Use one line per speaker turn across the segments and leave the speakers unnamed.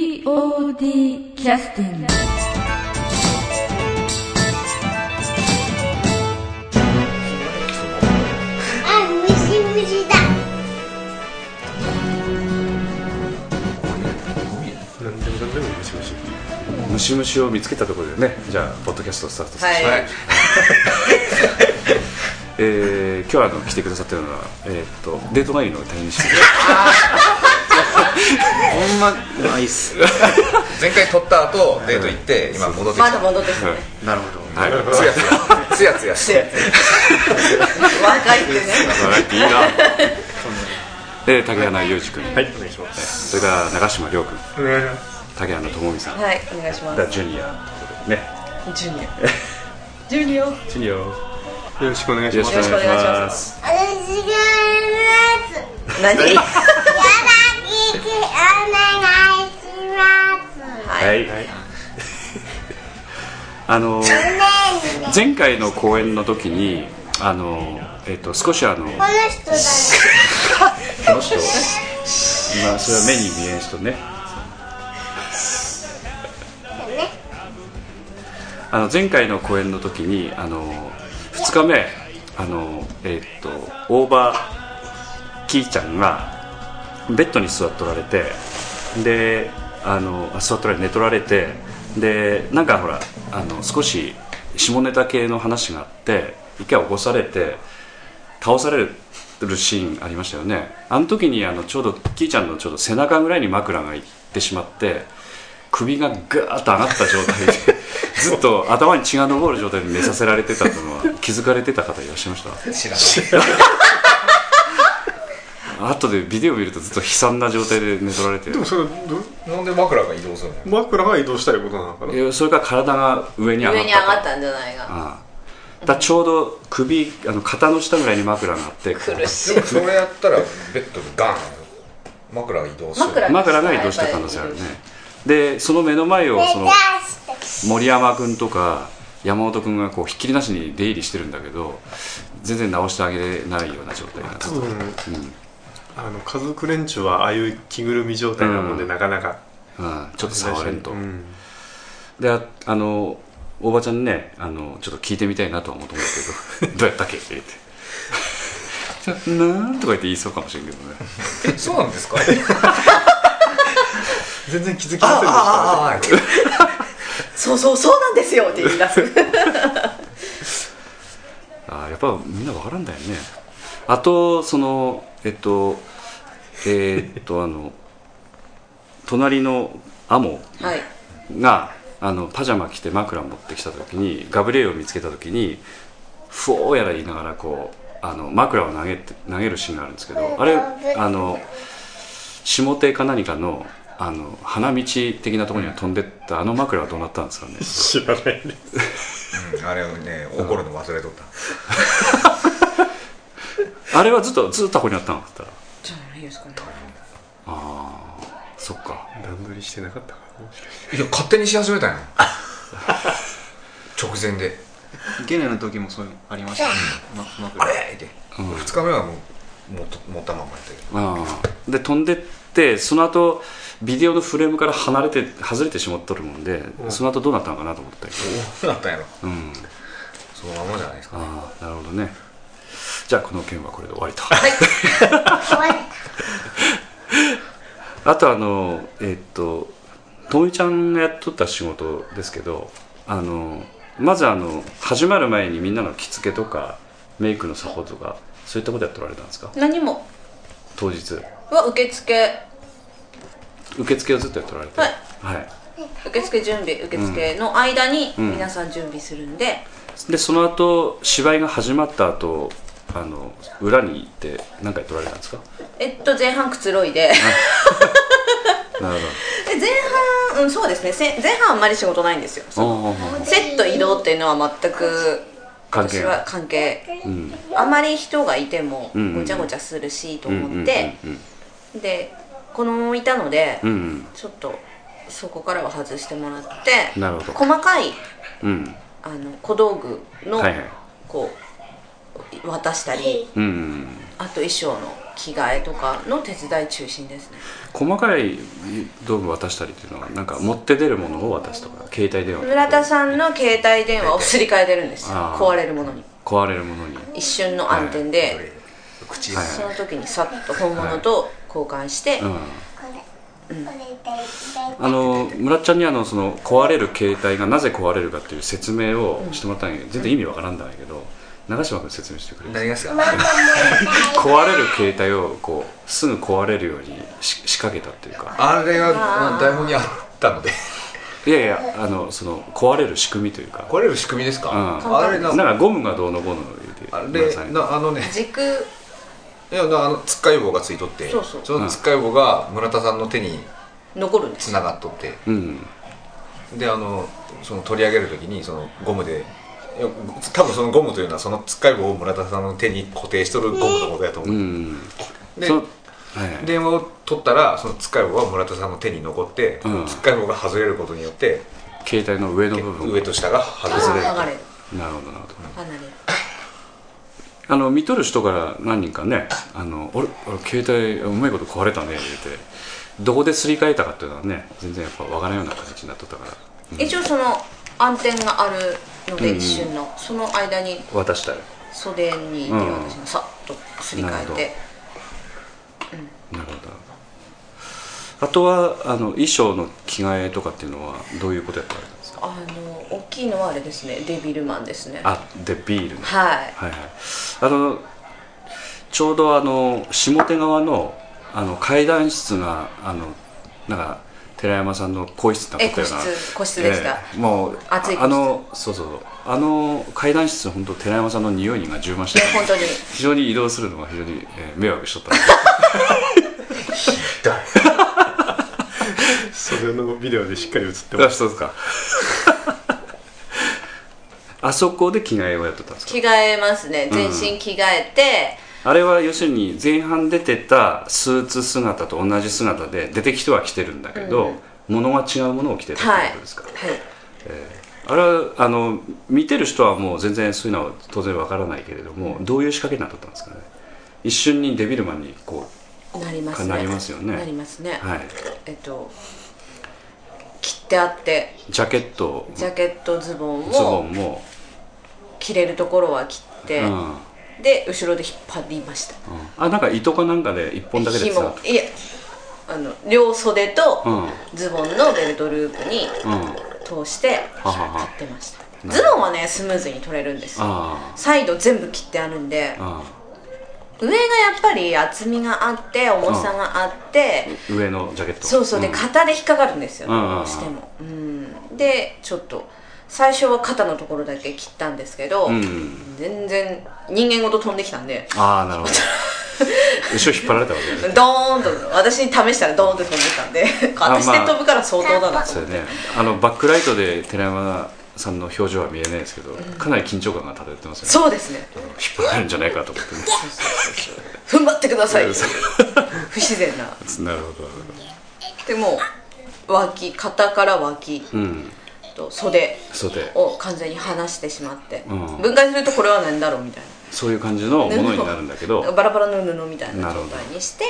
POD キャスティング
あ、ムシムシだ。
何でも何でもムシムシムシムシを見つけたところでねじゃあポッドキャストスタートさせて、
はい
えー今日あの来てくださってるのは、えー、とデートナインの谷西君
ほんまないっす
前回撮った後デート行って今戻ってき
ま
た
だ戻っ てきて
はい
ね
なるほど
はい
つやつやつやつやして
若いってね
笑っていいなで竹花裕二君はいお願いしますそれから長島亮君
お願いします
竹花智美さん
はいお願いしま
だ
す
ジュニアということでね
ジュニアジュニアよ
ジュニアよ
よろしくお願いし
ろ
ま
し
す
くお願いし
よろしくお願いし
ま
ます
私がやります。や
何
らききお願いします。
はい、 あの
ねえねえ
前回の公演の時にあの、えっと少しあの
この人だね。
この人まあそれは目に見えん人ねあの前回の公演の時にあの2日目あのえーっと大場きーちゃんがベッドに座っとられてであのあ座っとられ寝とられてでなんかほらあの少し下ネタ系の話があって一回起こされて倒されるシーンありましたよねあの時にあのちょうどキーちゃんのちょうど背中ぐらいに枕がいってしまって首がガーッと上がった状態で ずっと頭に血が上る状態で寝させられてたというのは気づかれてた方いらっしゃいました
知らな
後でビデオ見るとずっと悲惨な状態で寝取られて
でもそれど
いなんで枕が移動するの
枕が移動したいことなのかな
えそれから体が上に上がった
上に上がったんじゃないが
ああだからちょうど首あの肩の下ぐらいに枕があってこう
苦しい
でもそれやったらベッドでガン枕が移動する
枕
枕が移動した可能性あるねでその目の前をその
出して。
森山君とか山本君がこうひっきりなしに出入りしてるんだけど全然直してあげれないような状態が
多
ずっと
分、あの家族連中はああいう着ぐるみ状態なもんで、
うん
なかなか
うん、ちょっと触れんと、
うん
でああのおばちゃんにねあのちょっと聞いてみたいなとは思うと思うけど どうやったっけって言って「じゃあなん」とか言って言いそうかもしれんけどね
えそうなん ですか
全然気づき
あ
ませんでした
ああああ
そうそうそうなんですよって言い出す
あーやっぱみんなわからんだよねあとそのえっとえーっとあの隣のアモ
はい
があのパジャマ着て枕持ってきた時にガブリエルを見つけた時にふおーやら言いながらこうあの枕を投げて投げるシーンがあるんですけどあれあの下手か何かのあの花道的なところには飛んでったあの枕はどうなったんですかね
知らないね
うんあれをね怒るの忘れとった
あれはずっとずっとここにあったのかったら
じゃないですかね
ああそっか
段取りしてなかったからね
いや勝手にし始めたんや直前で
ゲネの時もそういうのありましたね、ま、
あ
枕
れって2日目はもうもっと持ったまんまやったけ
あ
ど
あで飛んでってその後ビデオのフレームから離れて外れてしまっとるもんで、その後どうなったのかなと思ったけど
どうなったんやろ
うん
そのままじゃないですか
ああなるほどねじゃあこの件はこれで終わりと
終わり。
あとあのえっとともみちゃんがやっとった仕事ですけどあのまずあの始まる前にみんなの着付けとかメイクのサポートとかそういったことやっておられたんですか
何も
当日
は受付
受付をずっとやっておられて
はい、
はい、
受付準備受付の間に
ん
皆さん準備するんで、
でその後芝居が始まった後あの裏に行って何回撮られたんです か
えっと前半くつろいで
なる
で前半、うん、そうですねせ前半あんまり仕事ないんですよ
ほどあ
セット移動っていうのは全く
関係
私は関係
あうん
あまり人がいても
うんうん
ごちゃごちゃするしと
うんうんうん
思ってでこのままいたので
うんうん
ちょっとそこからは外してもらって
なるほど
細かい
うん
あの小道具の
はいはい
こう渡したり
うん
あと衣装の着替えとかの手伝い中心ですね
細かい道具渡したりっていうのはなんか持って出るものを渡すとか携帯電話とか
村田さんの携帯電話をすり替えてるんですよ
あー
壊れるものに
壊れるものに
一瞬の暗転で、
口
はい
その時にさっと本物と交換して、
うん
これ、これで、
あの村ちゃんにあのその壊れる携帯がなぜ壊れるかっていう説明をしてもらったんやけど全然意味わからんだんやけど長嶋君説明してくれる
何がですか
ママも
壊れる携帯をこうすぐ壊れるようにし仕掛けたっていうか
あれがまあ台本にあったので
いやいやあのその壊れる仕組みというか
これる仕組みです
うん
か、あれ
な
なん
かゴムがどうのこうの
あ
言うて
れ
さんに
なあのね
軸
いやなあのつっかい棒がついとって
そうそう
のつっかい棒が村田さんの手に
残るんです
つながっとって
うん
であのその取り上げるときにそのゴムでいや多分そのゴムというのはそのつっかい棒を村田さんの手に固定しとるゴムのことやと
う
思う、
ん
で
そのはいはい
電話を取ったらそのつっかい棒は村田さんの手に残って、
うん
つっかい棒が外れることによって
携帯の上の部分
上と下が外れる
剥がれる
なるほどなるほど
離れる
あの見とる人から何人かね「あの俺俺携帯うまいこと壊れたね」言うてどこですり替えたかっていうのはね全然やっぱ分からんような形になっとったから
一応その暗転があるので、一瞬のその間に
渡したよ
袖にいて
うん
私がさっとすり替えて、
なるほどあとはあの衣装の着替えとかっていうのはどういうことやったんですか
あの大きいのはあれですねデビルマンですね
あでビールの
はい
はいはいあのちょうどあの下手側のあの階段室があのなんか寺山さんの更衣室だっ
え
た
個
よう
室
な
個室でした、
ええもう
暑い
ああのそうそうあの階段室本当寺山さんの匂いが充満して
ね本当に
非常に移動するのが非常に、えー迷惑しとった ので
それのビデオでしっかり映って
あ
ます
そうですか あそこで着替えをやってたんですか
着替えますね全身着替えて、
あれは要するに前半出てたスーツ姿と同じ姿で出てきては着てるんだけど、物が違うものを着てるって
はい
ことですか、
はい
あれはあの見てる人はもう全然そういうのは当然わからないけれどもどういう仕掛けになっとったんですかね一瞬にデビルマンにこ
なりますね
なりますよね
なりますね、
う、はい、
えっと切ってあって
ジャケット
ジャケットズボン
ズボ
を
ンも、
着れるところは切って、
うんうん、
で後ろで引っ張りました
あなんか糸かなんかで1本だけで
紐
さ
いやあの両袖と
うん
ズボンのベルトループに
うん
通して
は
引っ
はは
張ってましたズボンはねスムーズに取れるんですよ
あ
サイド全部切ってあるんで
ああ
上がやっぱり厚みがあって重さがあって
あ上のジャケット
そうそうで
ん
肩で引っかかるんですよ
うんうんうん
どうしてもうんでちょっと最初は肩のところだけ切ったんですけど
ん
全然人間ごと飛んできたんで
ああなるほ ど後ろ引っ張られたわけだね
ドーンと私に試したらドーンって飛んできたんで私で飛ぶから相当だなと
そ
思
う
っ
よ
て、
ねあのバックライトで寺山さんの表情は見えないですけどかなり緊張感が漂ってますよね
そうですね
引っ張られるんじゃないかと思 ってね
踏ん張ってください不自然な
なるほど。
でもう脇肩から脇
うん。
と袖
そうで、
を完全に離してしまって、
うん
分解するとこれは何だろうみたい
そういう感じのも
な
のになるんだけど、
バラバラの布みたい
な
な
る
状
ほど
態にして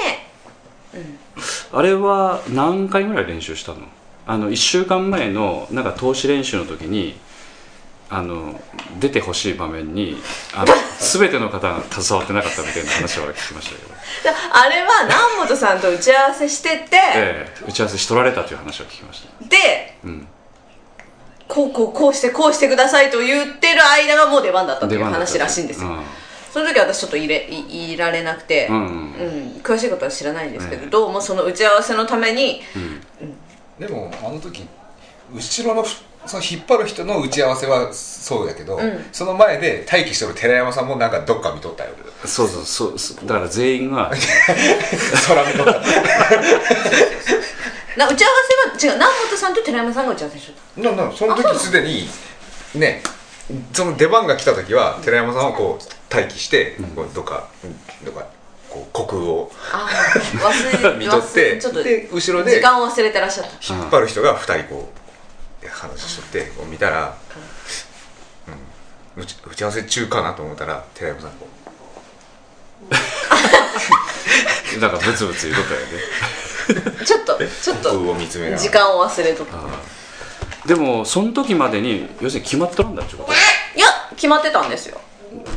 あれは何回ぐらい練習したの？あの一週間前のなんか投資練習の時に。あの出てほしい場面にあの全ての方が携わってなかったみたいな話は聞きましたけど、
だあれは南本さんと打ち合わせしてて、
ええ打ち合わせしとられたという話を聞きました
で、
うん
こうこうこうしてこうしてくださいと言ってる間がもう出番だったっていう
出番だった
話らしいんですよ、
うん
その時私ちょっと入れいいられなくて、
うん
詳しいことは知らないんですけど、
ええ
どうもその打ち合わせのために、
でもあの時後ろのふその引っ張る人の打ち合わせはそうだけど、
ん
その前で待機してる寺山さんもなんかどっか見とったよ
そうそうそうそうだから全員 が
空見とった
な打ち合わせは違う南本さんと寺山さんが打ち合わせしとっ
ななその時すでにねその出番が来た時は寺山さんはこう待機して、こうどっかどっかこう虚空を
たああ忘れ
見とって
忘れちょっと
で後ろで
時間を忘れてらっしゃった
引っ張る人が2人こう話しとってこう見たら、うん、打ち打ち合わせ中かなと思ったら寺山さんこう
だからブツブツ言うことやね
ちょっとちょっ
空
と
を見つめなが
時
ら
間を忘れとく
でもその時までに要するに決まっとるんだっちゅうこと
いや決まってたんですよ
ああだか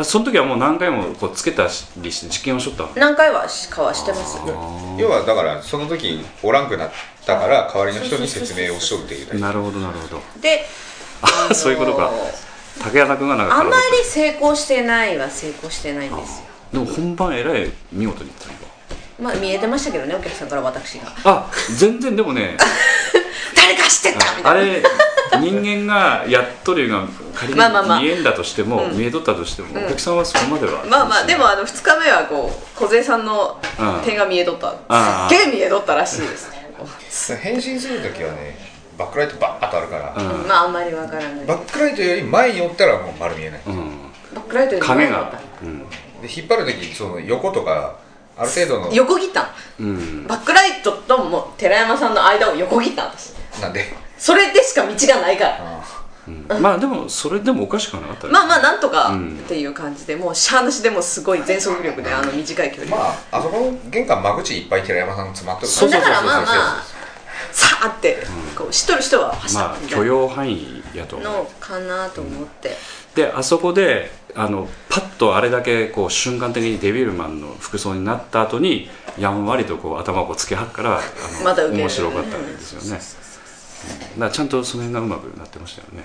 らその時はもう何回もこうつけたりして実験をしとったの
何回はしかはしてます
要はだからその時おらんくなったから代わりの人に説明をしとるっていうだけ
なるほどなるほど
で
あそういうことか竹山君がなんか
あまり成功してないは成功してないんですよ
でも本番えらい見事にいったね
まあ見えてましたけどねお客さんから私が
今あ全然でも ね
「誰か知ってた!」みたいな
あれ人間がやっとるが仮
まあまあまあ
に見えんだとしても、見えとったとしても、お客さんはそこまでは
まあまあでもあの2日目はこう小杉さんの手が見えとった
ああ
すっげえ見えとったらしいですね
変身する時はねバックライトバーッとあるから、
うん
まああんまりわからない
バックライトより前に寄ったらもう丸見えない、
うん
バックライトに
影がうん
で引っ張る時その横とかある程度の
横切ったの
うん
バックライトともう寺山さんの間を横切ったんです
なんで
それでしか道がないから
うんまあでもそれでもおかしくはなかったね
まあまあなんとか
うん
っていう感じでもうしゃーなしでもうすごい全速力であの短い距離
まああそこの玄関間口いっぱい寺山さんが詰まっとる
そうそう
だ
そう
か
そう
らまあまあさあってこう知っとる人は走った
まあ
みた
許
いな
容範囲やと
のかなと思って
であそこであのパッとあれだけこう瞬間的にデビルマンの服装になった後にやんわりとこう頭をこうつけはっからあの
また受ける
面白かったんですよね、うんだからちゃんとその辺がうまくなってましたよね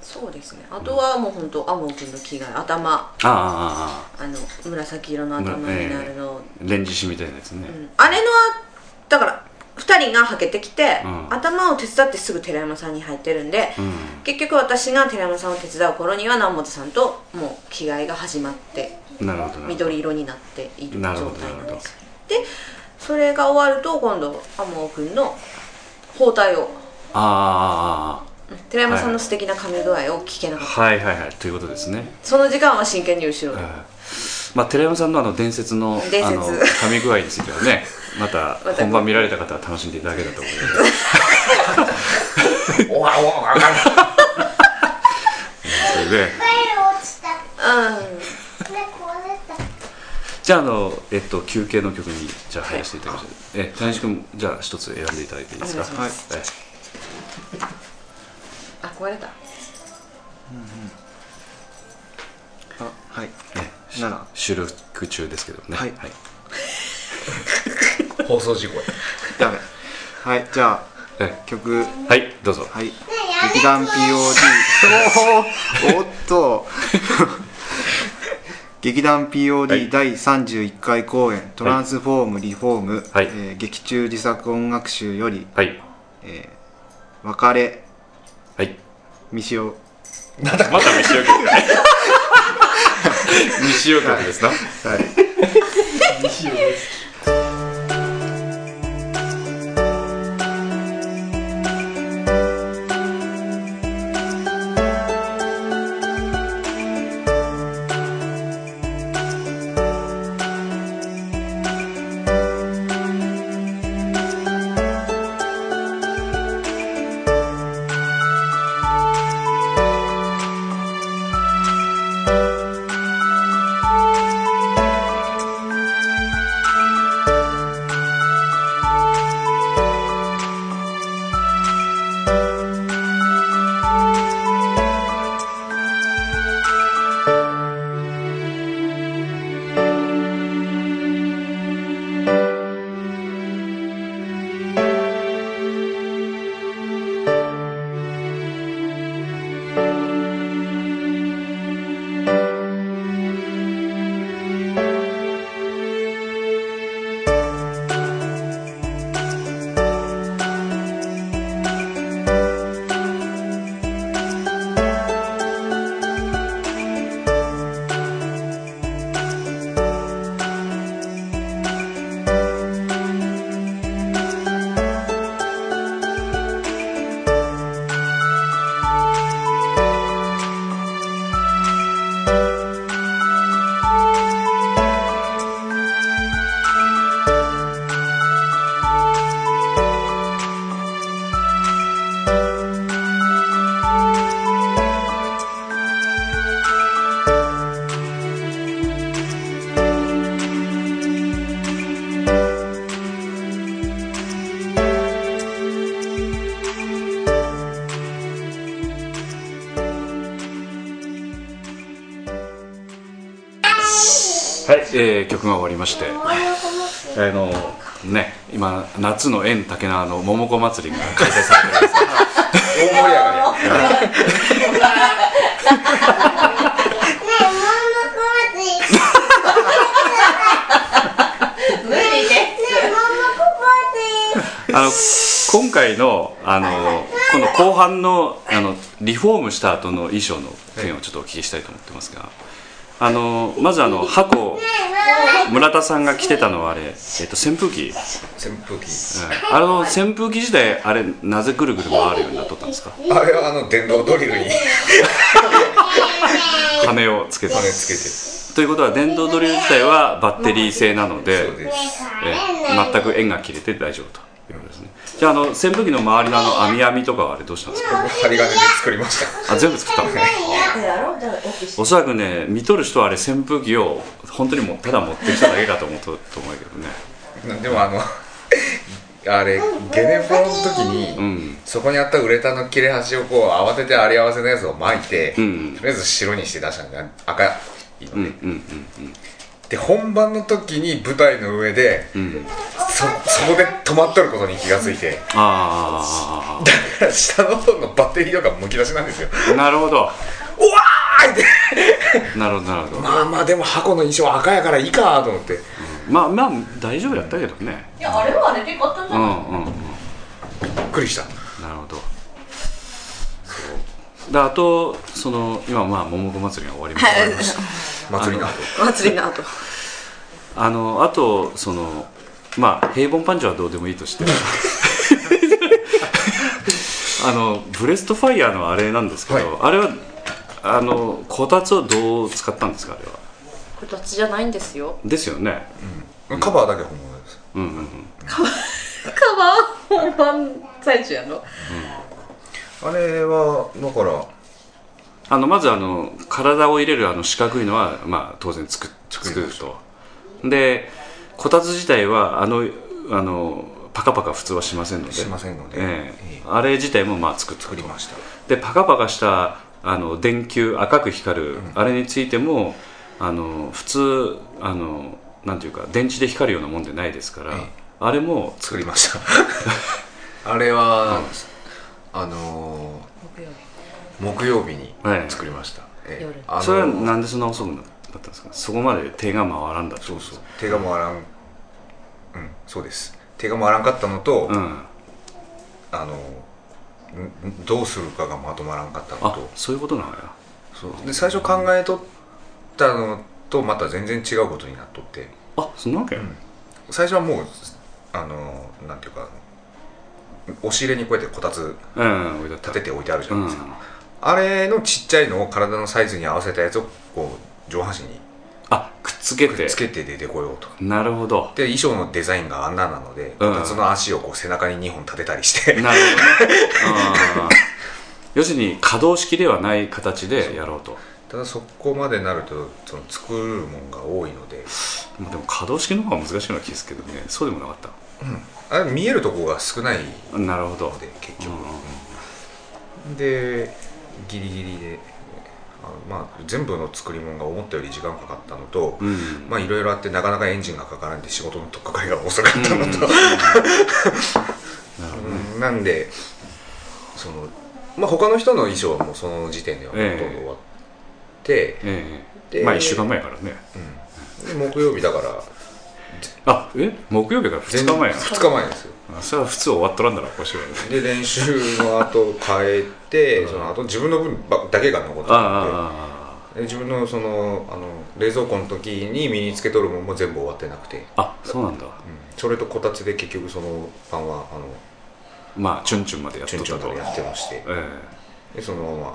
そうですねあとはもう本当アモン君の着替え頭
あああああ
あの紫色の頭になるの、
あレンジシみたいなやつね、
うんあれのあだから2人がはけてきて、
うん
頭を手伝ってすぐ寺山さんに入ってるんで、
うん
結局私が寺山さんを手伝う頃には南本さんともう着替えが始まって
なるほどなるほど
緑色になっている状
な
態
るほど
なんですでそれが終わると今度天モ君の包帯を
ああ
寺山さんの素敵な髪具合を聞けなかった、
はいはいはいということですね、
その時間は真剣に後ろ
うん
で、
まあ、寺山さんのあの伝説の
伝
あ
説
の神具合についてはねまた
また
本番見られた方は楽しんでいただけたと思います
おわおわおわ
ので
落ちた。
うん
ね、壊れた。
じゃああの、えっと、休憩の曲にじゃあ入らせていただきましょう、え谷地君じゃあ一つ選んでいただいていいですか
お願いし
ま
はい
あ壊れた
あはい
え
なら
収録中ですけどね
はい
放送事故や
やべはいじゃ
え
あ曲
はいどうぞ
はい
ね、やめ
劇団 POD おーおっ と劇団
はい
POD 第31回公演、トランスフォームリフォーム、
はい
えー劇中自作音楽集より
はい
「えー別れ
はい
未使用
また未使用曲かい未使用曲ですな、」
はい
「
えー曲が終わりましてあのね今夏の縁竹縄の桃子祭りが開催されてるんです
大盛り上がりや
無理です
あの今回のあのこの後半のあのリフォームした後の衣装の件をちょっとお聞きしたいと思ってますがあのまずあの箱村田さんが着てたのはあれ、えっと、扇風機、
扇風機
うんあの扇風機自体あれなぜぐるぐる回るようになっとったんですか
あれはあの電動ドリルに
羽をつけて
羽つけて
ということは電動ドリル自体はバッテリー製なので
そうです
ええ全く縁が切れて大丈夫ということですねじゃああの扇風機の周りのあの網網とかはあれどうしたんですか
針金で作りました
あ全部作ったの
だやろだからオフィス
おそらくね見とる人はあれ扇風機を本当にもうただ持ってきただけかと思うとと思うけどね
でもあの あれゲネフォの時に、
うん
そこにあったウレタンの切れ端をこう慌ててあり合わせのやつを巻いて、
うん
とりあえず白にして出したんだ赤いの
うん
ね、
うんうん
で本番の時に舞台の上で、
ん
そそこで止まっとることに気がついて
あ
だから下の方のバッテリーとかむき出しなんですよ
あなるほど
うわーって
なるほどなるほど
まあまあでも箱の印象赤やからいいかと思って
まあまあ大丈夫だったけどね
いやあれはあれで買ったんじ
う
ゃない
んうんうん
びっくりした
なるほどそうであとその今まあ桃子祭りが終わりました終わりました
祭りの後
祭りの後
あのあとそのまあ平凡パンチはどうでもいいと してあのブレストファイヤーのあれなんですけど、あ
はい
れはあのこたつをどう使ったんですかあれは
こたつじゃないんですよ
ですよね
カバーだけ本物です
うんうんうん
カバー本番最中やの
あれはだから
あのまずあの体を入れるあの四角いのは、まあ、当然作っ作るとでこたつ自体はあのあのパカパカ普通はしませんので
しませんので
ええ
ええ
あれ自体もまあ作って
作りました
でパカパカしたあの電球赤く光る、あれについてもあの普通あのなんていうか電池で光るようなもんじゃないですから、
ええ
あれも
作りました あれは、あの
木曜日
ー木曜日に
はい
作りました、ええ
夜
あのー
それはなんでそんな遅くなったんですかそこまで手が回らんだって
そうそう手が回らんうんそうです手が回らんかったのと、
うん
あのーんんどうするかがまとまらんかったの
あ
と
そういうことなのや
そうで最初考えとったのとまた全然違うことになっとって
あそんなわけ、
最初はもうあのーなんていうか押し入れにこうやってこたつ
うん、置いてあった
立てて置いてあるじゃ
う
ない
ん
ですか、あれのちっちゃいのを体のサイズに合わせたやつをこう上半身に
あくっつけ
く
て
っつけて出てこようと
なるほど
で衣装のデザインがあんななので、
うん
こたつの足をこう背中に2本立てたりして、
なるほどねあー要するに可動式ではない形でやろうと
ただそこまでなるとその作るもんが多いので
まあでも可動式の方が難しいような気ですけどねそうでもなかっ
あれ見えるとこが少ない
たなるほど
ので結
うん
局、でギリギリであまあ全部の作り物が思ったより時間かかったのと、
うん、
まあいろいろあってなかなかエンジンがかからんで仕事の取っかかりが遅かったのと、 うんなんでその、まあ、他の人の衣装はもうその時点ではほとんど終わって、
ええ
で
まあ1週間前からね
うんで木曜日だから
あえ木曜日から2日前や
2日前ですよ
なそれは普通終わっとらんだろ今週はね
で練習の後帰って、その後自分の分ばだけが残って
あ
たん
あ
でで自分のそのあの冷蔵庫の時に身につけとるもんも全部終わってなくて、うん
ああああそうなんだ
それとこたつで結局その晩はあの
まあチュンチュンまでやっ
チ
と
ュン
っ
チュ
た
ンま
と
でやってまして
え
でそのまま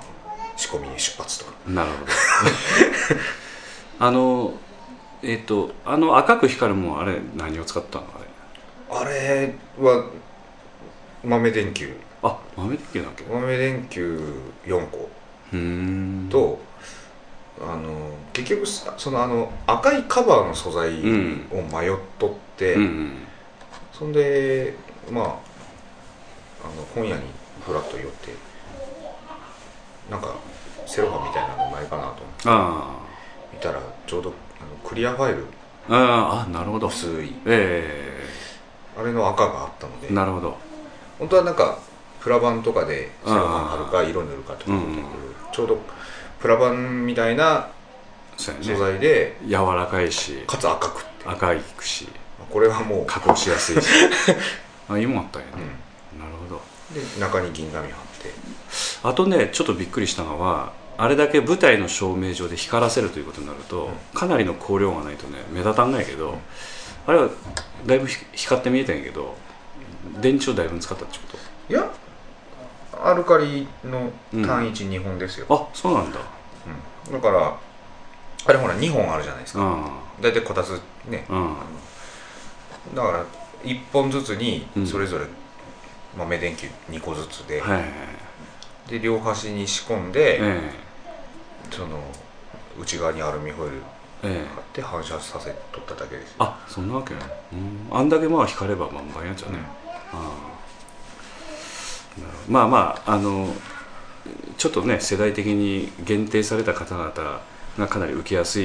仕込みに出発と
えなるほど あのえっ、とあの赤く光るもんあれ何を使ったのあれ
あれは豆電球
あ豆電球だっけう
豆電球4個
ーん
と、あの結局さそのあの赤いカバーの素材を
うん
迷っとって、
うんうん
そんでまああの本屋にふらっと寄ってなんかセロハンみたいなのないかなと思って
あ
見たらちょうどあのクリアファイル
あなるほど
薄い
え
あれの赤があったので
えなるほど
本当はなんかプラ板とかでセロハン貼るか色塗るかってことだけど、
うん
ちょうどプラ板みたいな
そう
素
やね
材で、
柔らかいし
かつ赤くって
赤いくし
これはもう
加工しやすい しあいいもんあったんやね、なるほど
で中に銀紙貼って
あとねちょっとびっくりしたのはあれだけ舞台の照明上で光らせるということになると、かなりの光量がないとね目立たんないけど、あれはだいぶひ光って見えたんやけど電池をだいぶ使ったってこ
いやアルカリの単一2本ですよ、
とあそうなんだ
うんだからあれほら2本あるじゃないです
う
か
ん
大体こたつね
うん
だから1本ずつに
うん
それぞれ豆電球2個ずつで,、
はい
で両端に仕込んで、
え
その内側にアルミホイル
えええ
貼って反射させとっただけですよ
あそんなわけね、うん、あんだけまあ光れば満々やっちゃうね、ああなるほどまあまああのちょっとね世代的に限定された方々がかなり受けやすい